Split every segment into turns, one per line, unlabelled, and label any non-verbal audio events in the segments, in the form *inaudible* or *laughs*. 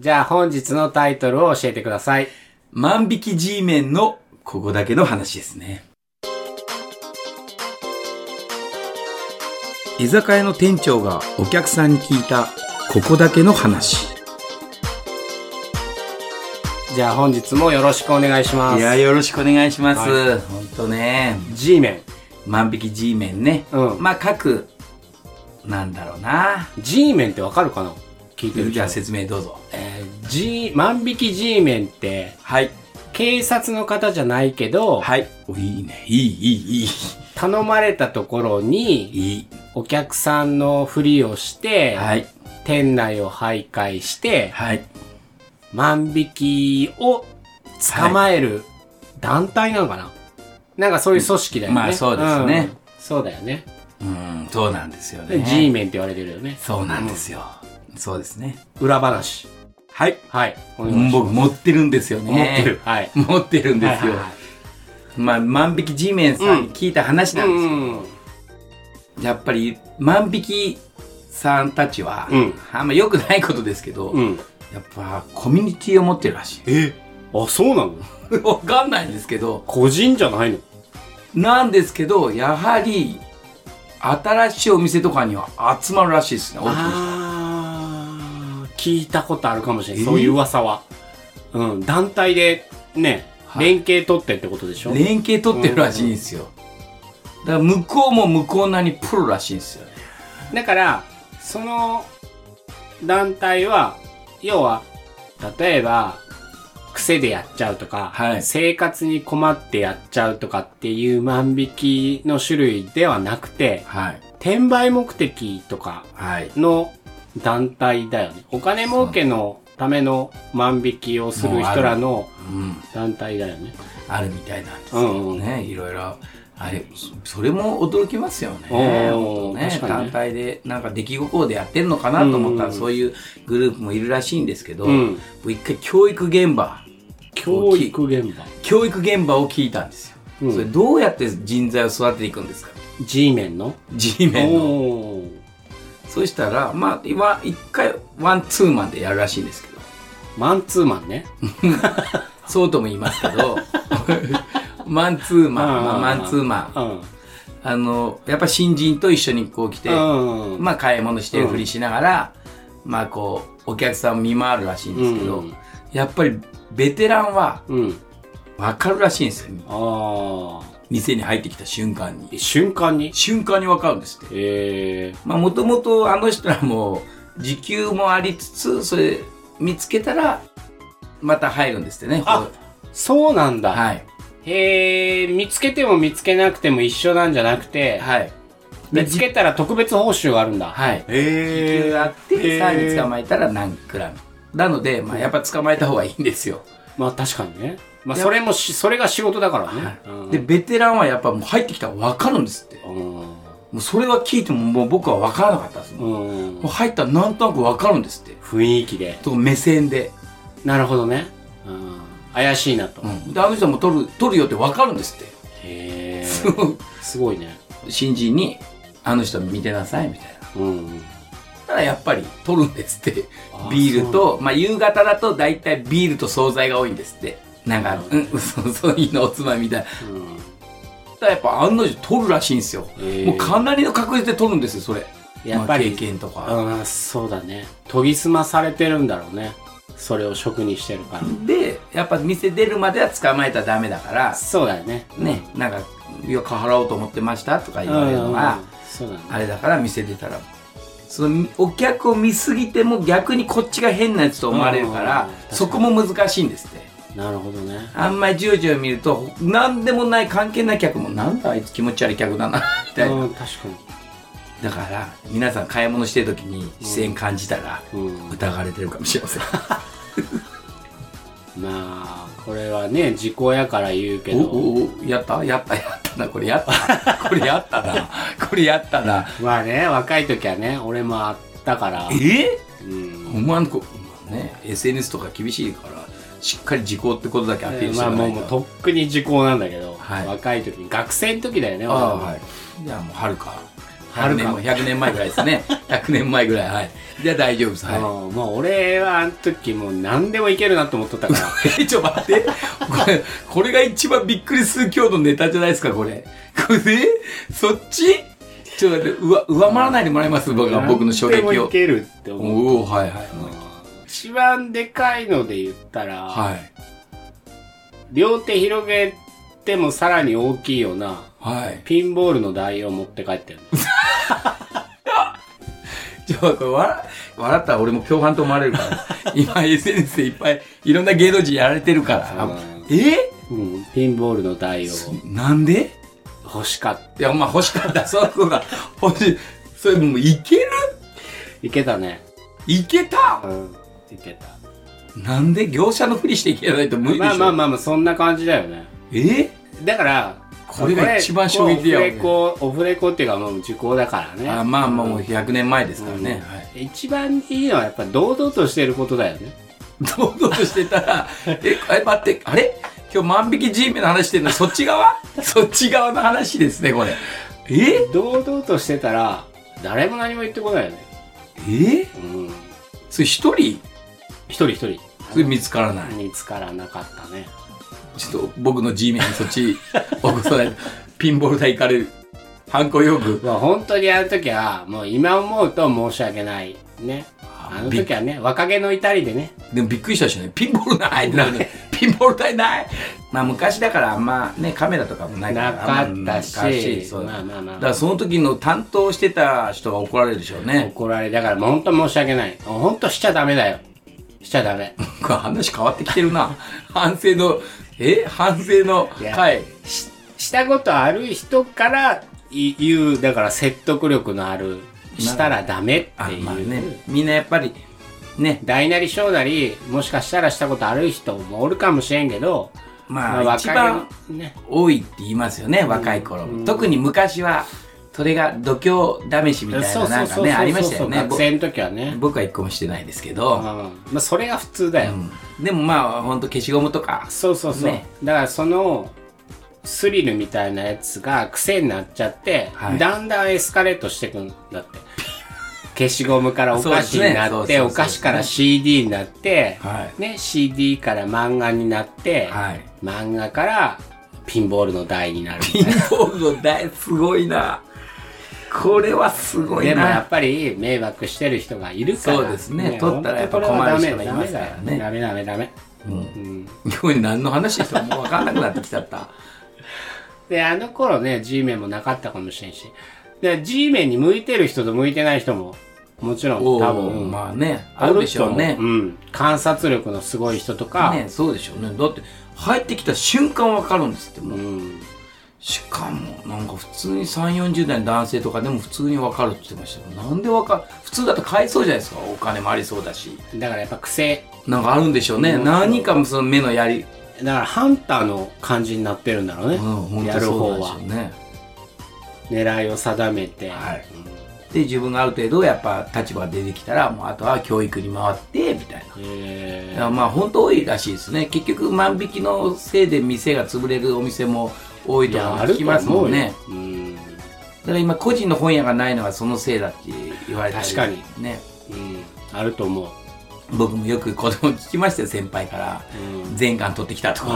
じゃあ本日のタイトルを教えてください。
万引き G メンのここだけの話ですね。居酒屋の店長がお客さんに聞いたここだけの話。
じゃあ本日もよろしくお願いしま
いや、
す。
よろしくお願いします。
は
ほんとね、
G メ
万引き G メンね。
うん
まあ、各、なんだろうな。
ン。G メンってわかるかな聞いてる
じ
人
ゃあ。説明どうぞ。
えー G、万引き G メンって、
はい。
警察の方じゃないけど、
はい。お、いいね。いい、いい、いい。
頼まれたところに、
いい。
お客さんのふりをして、
はい。
店内を徘徊して、
はい。
万引きを捕まえる団体なのかな、なんかそういう組織だよね。
まあそうですね
うんそうだよね。
うん、そうなんですよ
で
ね。
G メンって言われてるよね。
そうなんですよ。そうですね。
裏話。
はい。
はい。お願いします
僕持ってるんですよ
持っ
ね。
てる。。はい。
持ってるんですよ
はいはい。
まあ、万引き G メンさんに聞いた話なんですよ。
うん。
やっぱり、万引きさんたちは、
うん
あんま良くないことですけど、
うん。
やっぱコミュニティを持ってるらし
えあ、そうなの
い。 *laughs* わかんないんですけど、
個人じゃないの
なんですけど、やはり、新しいお店とかには集まるらしいですね、オープンした
あー聞いたことあるかもしれない。
えー
そういう噂は。うん。団体で、ね、
はい
連携取ってってことでしょ
連携取ってるらしいんですよ。だから向こうも向こうなりにプロらしいんですよね。
だから、その団体は、要は、例えば、癖でやっちゃうとか、
はい
生活に困ってやっちゃうとかっていう万引きの種類ではなくて、
はい。
転売目的とか
はい。
の団体だよね。お金儲けのための万引きをする人らの
うん。
団体だよね。
あるみたいなんですけどね。いろいろ。あれ、そそれも驚きますよね。
おー
本当ね
確かにね
単体で、なんか出来心でやってんのかなと思っ
う
たら、
ん
そういうグループもいるらしいんですけど、
う
も
ん。
う一回教育現場、
教育現場。
教育現場を聞いたんですよ。
うん
それどうやって人材を育てていくんですか
G メンの
?G メンの。
おー
そしたら、まあ、今、一回、ワンツーマンでやるらしいんですけど、
マンツーマンね。
そうとも言いますけ
*laughs*
ど、マンツーマン、まあ
うん
マンツーマン。
うん。
あの、やっぱ新人と一緒にこう来て、
うん
まあ、買い物してるふりしながら、まあ、こう、お客さんを見回るらしいんですけど、
うん
やっぱり、ベテランは
うん。
分かるらしいんですよ。
ああ。
店に入ってきた瞬間に。
瞬間に
瞬間に分かるんですって。
ええ
まあ、もともとあの人はもう、時給もありつつ、それ、見つけたら、また入るんですってね。
あそうなんだ。
はい。
へえ、見つけても見つけなくても一緒なんじゃなくて、
はい。
見つけたら特別報酬があるんだ。
はい。時
へ
給があって、さらに捕
え。
まえたら何グラム。なので、まあ、やっぱ捕まえた方がいいんですよ。
まあ確かにね。まあ
いや
それもし、それが仕事だからね。うん
で、ベテランはやっぱもう入ってきたら分かるんですって。
うん。
もうそれは聞いてももう僕は分からなかったですもん。も
うん
う入ったらなんとなく分かるんですって。
雰囲気で。
と目線で。
なるほどね。うん。怪しいなと。
で、あの人も取る、取るよって分かるんですって。
へえ。すごいね。
*laughs* 新人に、あの人見てなさいみたいな。
うん。
ただやっぱり取るんですって
あー
ビールとまあ夕方だと大体ビールと惣菜が多いんですってなんか
う
うん *laughs* そうそういうのおつまみみたいな
うん。
ただやっぱ案の定取るらしいんですよ
へー
もうかなりの確率で取るんですよそれ
やっぱり
まあ経験とか
うん、そうだね。研ぎ澄まされてるんだろうね。それを職にしてるから。
でやっぱ店出るまでは捕まえたらダメだから
そうだよね。
ねなんか「よく払おうと思ってました」とか
う
言われるの
ん
が。
そうだね。
あれだから店出たらそのお客を見すぎても逆にこっちが変なやつと思われるか
う
ら
ん確かに
そこも難しいんですって
なるほどね。
あんまりじゅうじゅう見ると、なんでもない関係ない客も、なんだあいつ気持ち悪い客だな、みたいな。
うん、確か
だから、皆さん買い物してる時に視線感じたら、
に。うん。
疑われてるかもしれません。
*laughs* まあ、これはね、時効やから言うけ
お
ど。
おお、やったやったやったな、これやった。これやったな。これやったな。
まあね、若い時はね、俺もあったから。
え
うん。
お前の子、ね、SNS とか厳しいから、しっかり時効ってことだけアピールし
ま
て
あ
もら
も
え
う、もうとっくに時効なんだけど、
はい
若い時に、学生の時だよね、
ああ、
俺も
はい。じゃあもう、はるか。
ある
100
か
年
も
も100年前ぐらいで
*laughs*
すね100年前ぐらいはいじゃあ大丈夫です
あ
は
のもう俺はあの時もう何でもいけるなと思っとったから
い *laughs* えちょっと待ってこれこれが一番びっくりする今日のネタじゃないですかこれこれでそっちちょっと待ってうわ上回らないでもらいます僕は僕の衝撃
何でもい
を
けるって思う
おおはいはい
一番でかいので言ったら、
はい
両手広げてもさらに大きいような
はい
ピンボールの台を持って帰ってる
ちょ、これ笑、笑ったら俺も共犯と思われ
*laughs*
るから。今 SNS でいっぱいいろんな芸能人やられてるから。え
うん、ピンボールの台を
なんで
欲しかっ
いや、まあ欲しかった。そうそうだ。欲しい。それもういける
いけたね。
いけた
うん。いけた。
なんで業者のふりしていけないと無理でし
ま
ょ。
あまあまあまあ、そんな感じだよね。
え
だから、
これが一番衝撃やわ
これオフレコ、オフレコっていうかもう受講だからね。
あまあまあも
う
うん100年前ですからね。はい
一番いいのはやっぱ堂々としてることだよね。
堂々としてたら、え、あれ待って、あれ今日万引き G メの話してるのそっち側そっち側の話ですね、これ。え
堂々としてたら、誰も何も言ってこないよね。
え
うん。
それ一人
一人一人。
それ見つからない。
見つからなかったね。
ちょっと僕の G メンにそっち起こさないと。ピンボール台行かれる。犯行用具。
まあ本当にあの時は、もう今思うと申し訳ない。ね。あの時はね、若気の至りでね。
でもびっくりしたしね。ピンボールないってなるのピンボール台ないまあ昔だからあんまね、カメラとかもないから。
なかったし
あんま昔そう
まあまあまあ
だからその時の担当してた人が怒られるでしょうね。
怒られ、だからもう本当申し訳ない。本当しちゃダメだよ。しちゃダメ。
なんか話変わってきてるな。反省の、え反省の
いや
回。
ししたことある人からい言う、だから説得力のある、したらダメっ
あ
ていう。
まあね、みんなやっぱり、ね、
大なり小なり、もしかしたらしたことある人もおるかもしれんけど、
まあ
若い
一番
ね。
多いって言いますよね若い頃、特に昔はそれが度胸試しみたい
そ
な
うそうんそうそ
なか
う
ねありましたよね
学生の時はね
ぼ。僕は一個もしてないですけ
うん
ど、
まあそれが普通だよ。
でもまあほんと消しゴムとか
そうそうそう、
ね
だからそのスリルみたいなやつが癖になっちゃって、
はい
だんだんエスカレートしてくんだって *laughs* 消しゴムからお菓子にな
そ
っ
う
て、
ですねそうそうそう
お菓子から CD になって、
は
ね、CD から漫画になって、
はい
漫画からピンボールの台になるみた
ピン
いな
ボールの台すごいなこれはすごい
でもや
な
っぱり迷惑してる人がいるから
そうですね取ったらやっぱ困る人がいますからね
ダメダメダメダメ、うん
今日何の話でしたかもう分かんなくなってきちゃった
で、あの頃ね、G メンもなかったかもしれんし。で、G メンに向いてる人と向いてない人も、もちろん
お
多
お
分、
まあねあるでしょうね
うん。観察力のすごい人とか、
ねそうでしょうねだって入ってきた瞬間分かるんですってもう
うん。
しかもなんか普通に3 4 0代の男性とかでも普通に分かるって言ってましたよなんで分か普通だと買えそうじゃないですかお金もありそうだし
だからやっぱ癖。
なんかあるんでしょうね、
うん
何かもその目のやり、
だからハンターの感じになってるんだろうね。
うん、本
や
当
る
そうな
方
んでし
は
ょう。ね
狙いを定めて。
はいで自分がある程度やっぱ立場が出てきたらもうあとは教育に回ってみたいな
え
いやまあ本当多いらしいですね結局万引きのせいで店が潰れるお店も多い
ー、
とか聞きますもんね
と思うよ。うん。
だから今個人の本屋がないのはそのせいだって言われたり
確かに
ね
うん。あると思う。
僕もよく子供聞きましたよ先輩から
うん。
全巻取ってきたとか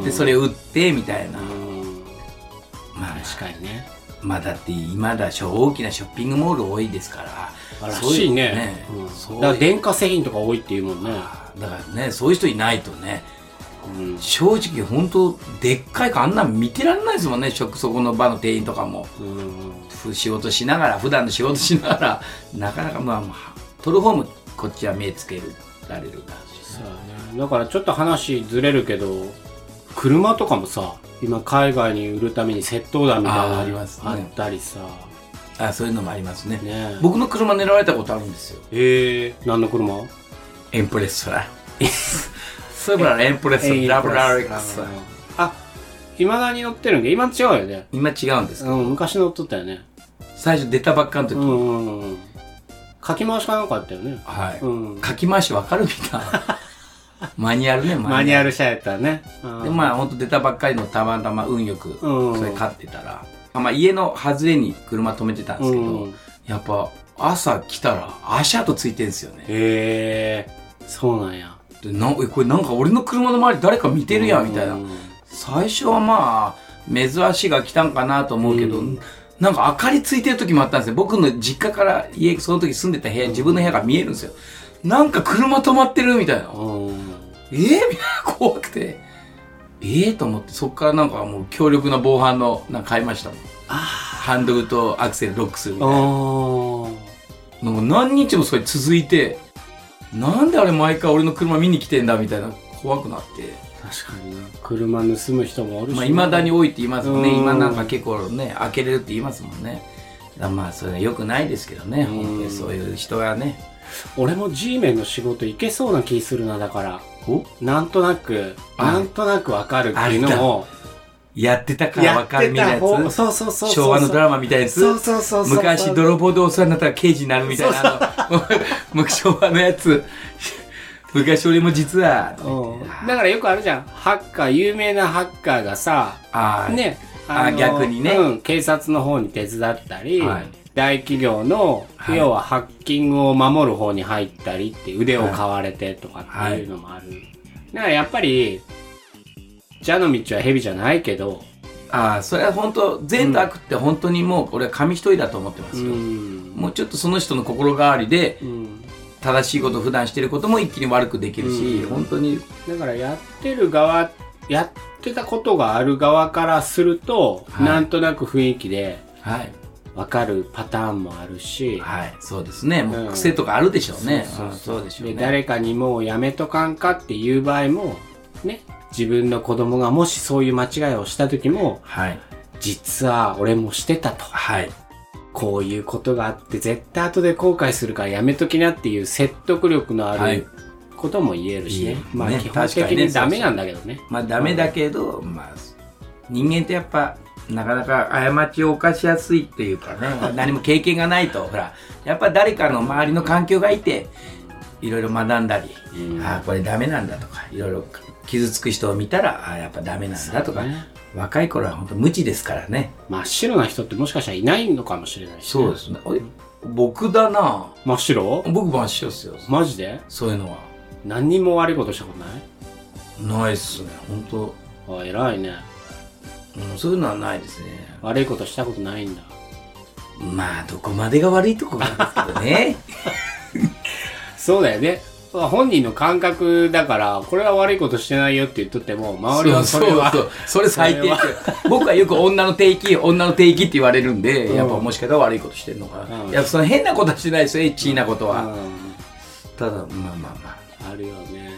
あ
でそれを売ってみたいな
あ。うん。
まあ
確かにね。
まあだって今だしょ大きなショッピングモール多いですから
ら
そう
し
う
いね。うん
そう
だから
いう
電化製品とか多いっていうもんね。
だからねそういう人いないとね
うん。
正直本当でっかいかあんなん見てらんないですもんね食そこの場の店員とかも
うん。
ふ仕事しながら普段の仕事しながら *laughs* なかなかまあまあ取る方もこっちは目つけられるだし
そうだね。だからちょっと話ずれるけど、車とかもさ、今海外に売るために窃盗団みたいなの
あーありますね
あったりさ。
あそういうのもありますね
ね
僕の車狙われたことあるんですよ
ええー、何の車
エンプレッサー。 *laughs* そういえばエンプレッサー、ラブラレックス。
あ、未だに乗ってるんで、今違うよね。
今違うんですか
うん、昔乗っとったよね。
最初出たばっかの時。
うんうんうん。書き回しかなんかあったよね。
は
う
い。
ん。
書き回しわかるみたい *laughs* な。マニュアルね、
マニュ
ア
アル車やったね。うん
ル。で、まあ、ほんと出たばっかりのたまたま運よく、
うん
それ買ってたら、あまあ、家の外れに車止めてたんですけど、
うん
やっぱ朝来たら足跡ついてんですよね。
へえそうなんや
でなえこれなんか俺の車の周り誰か見てるやんみたいな
う。ん
最初はまあ珍しいが来たんかなと思うけど、
うん
なんか明かりついてる時もあったんですよ僕の実家から家その時住んでた部屋自分の部屋が見えるんですよなんか車止まってるみたいな、
うん
えー、みた *laughs* いな怖くてええー、と思ってそっからなんかもう強力な防犯のなんか買いましたもん
あ
ハンドルとアクセルロックするみ
あ
たいななんか何日もそれ続いてなんであれ毎回俺の車見に来てんだみたいな怖くなって
確かにな車盗む人もおるし
まあ、未だに多いって言いますもんね。
うん
今なんか結構ね、開けれるって言いますもんね。だからまあ、それは良くないですけど
う
ね。
ん
本当にそういう人はね。
俺も G メンの仕事行けそうな気するなだから
お
なんとなく
あ
なんとなくわかるっていうのを
やってたから
や
わ
っ
かる
て
みた
た
いな
方
やつ。
そうそうそうそう
昭和のドラマみたいなやつ
そう。そうそうそう
昔泥棒でお世話になったら刑事になるみたいな。 *laughs* あの昔昭和のやつ。昔俺も実は。
うんだ
あ
からよくあるじゃんハッカー有名なハッカーがさ
あー。
ね
あ
の
逆にね
うん、警察の方に手伝ったり、
はい
大企業の、
はい
要はハッキングを守る方に入ったりって腕を買われてとかっていうのもある、だからやっぱり蛇の道は蛇じゃないけど
ああ、それは本当、善と悪って本当にもう俺は紙一重だと思ってま
う
すよ。
ん
もうちょっとその人の心変わりで、
うん
正しいこと普段してることも一気に悪くできるし、
うん
本当に
だからやってる側やってたことがある側からすると、
はい
なんとなく雰囲気で
はい
わかるパターンもあるし、
はいそうですねもううん癖とかあるでしょうね、
そうそう
そうでしょう
で
ね
誰かにもうやめとかんかっていう場合もね自分の子供がもしそういう間違いをした時も
はい
実は俺もしてたと
はい
こういうことがあって絶対後で後悔するからやめときなっていう説得力のある、
はい
ことも言えるしね
言える
まあ
ね
基本
確か
的
にね
にダメなんだけどね
まあダメだけどまあ人間ってやっぱなかなか過ちを犯しやすいっていうかね *laughs* 何も経験がないとほらやっぱ誰かの周りの環境がいていろいろ学んだり、
うん
ああこれダメなんだとかいろいろ傷つく人を見たらああやっぱダメなんだとか、
そうね
若い頃は本当無知ですからね
真っ白な人ってもしかしたらいないのかもしれないしね、
そうですね。あれ僕だな。
真っ白
僕真っ白っすよ。
マジで
そういうのは。
何にも悪いことしたこ
ないっすね。本当、
とないあ偉いね
うん、そういうのはないですね。
悪いことしたことないんだ
まあ、どこまでが悪いとこなんですけどね。
そうだよね。まあ本人の感覚だから、これは悪いことしてないよって言っとっても、周りはそれは。
そうそうそうそれ最低
それは
って僕はよく女の定義女の定義って言われるんで、
うん
やっぱもしかしたら悪いことしてるのかな、
うん
いやその変なことはしてないですよエッチなこと
う
は、
ん
ただまあまあまあ
あるよね。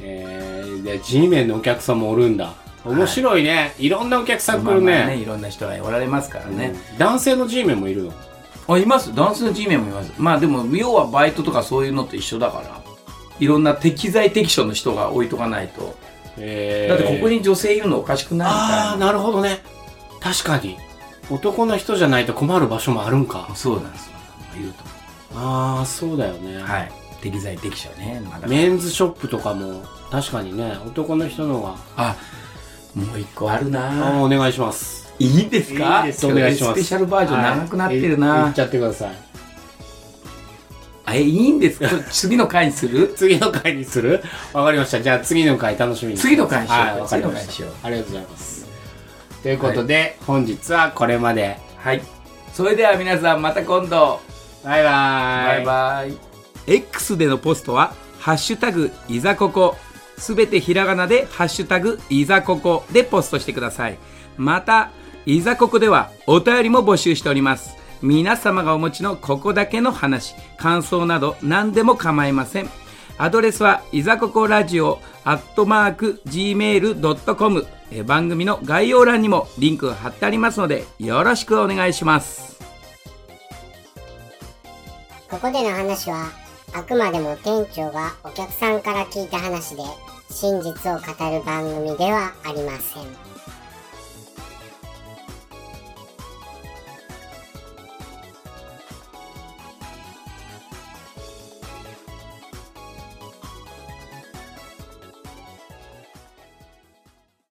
えー、で、G メンのお客さんもおるんだ。面白いね。い、ろんなお客さん来る
まあまあね
ね。
いろんな人がおられますからね、
うん男性の G メンもいるの。
あいますダンスの G メンもいますまあでも要はバイトとかそういうのと一緒だからいろんな適材適所の人が置いとかないと、
えー、
だってここに女性いるのおかしくないみ
ああ、
たい
なるほどね。確かに。男の人じゃないと困る場所もあるんか
な。そうなんですよいると
ああ、そうだよね。
はい適材適所ねまだ
メンズショップとかも、確かにね、男の人の方が。
あもう一個ある
あ
な
ーお願いします。
いいですか
いいですお願いします
スペシャルバージョン長くなってるな、
はいえ言っちゃってください
あえいいんですか次の回にする
次の回にするわかりましたじゃあ次の回楽しみに
次の回にしよう
はいわかりま
次
し
の回にした
ありがとうございますということで、本日はこれまで
はいそれでは皆さんまた今度
バイバーイ
バイバイ。X でのポストは、ハッシュタグ、いざここ。すべてひらがなで、ハッシュタグ、いざここでポストしてください。また、いざここでは、お便りも募集しております。皆様がお持ちのここだけの話、感想など何でも構いません。アドレスはいざここラジオアットマーク Gmail.com え番組の概要欄にもリンク貼ってありますのでよろしくお願いします。
ここでの話はあくまでも店長がお客さんから聞いた話で真実を語る番組ではありません。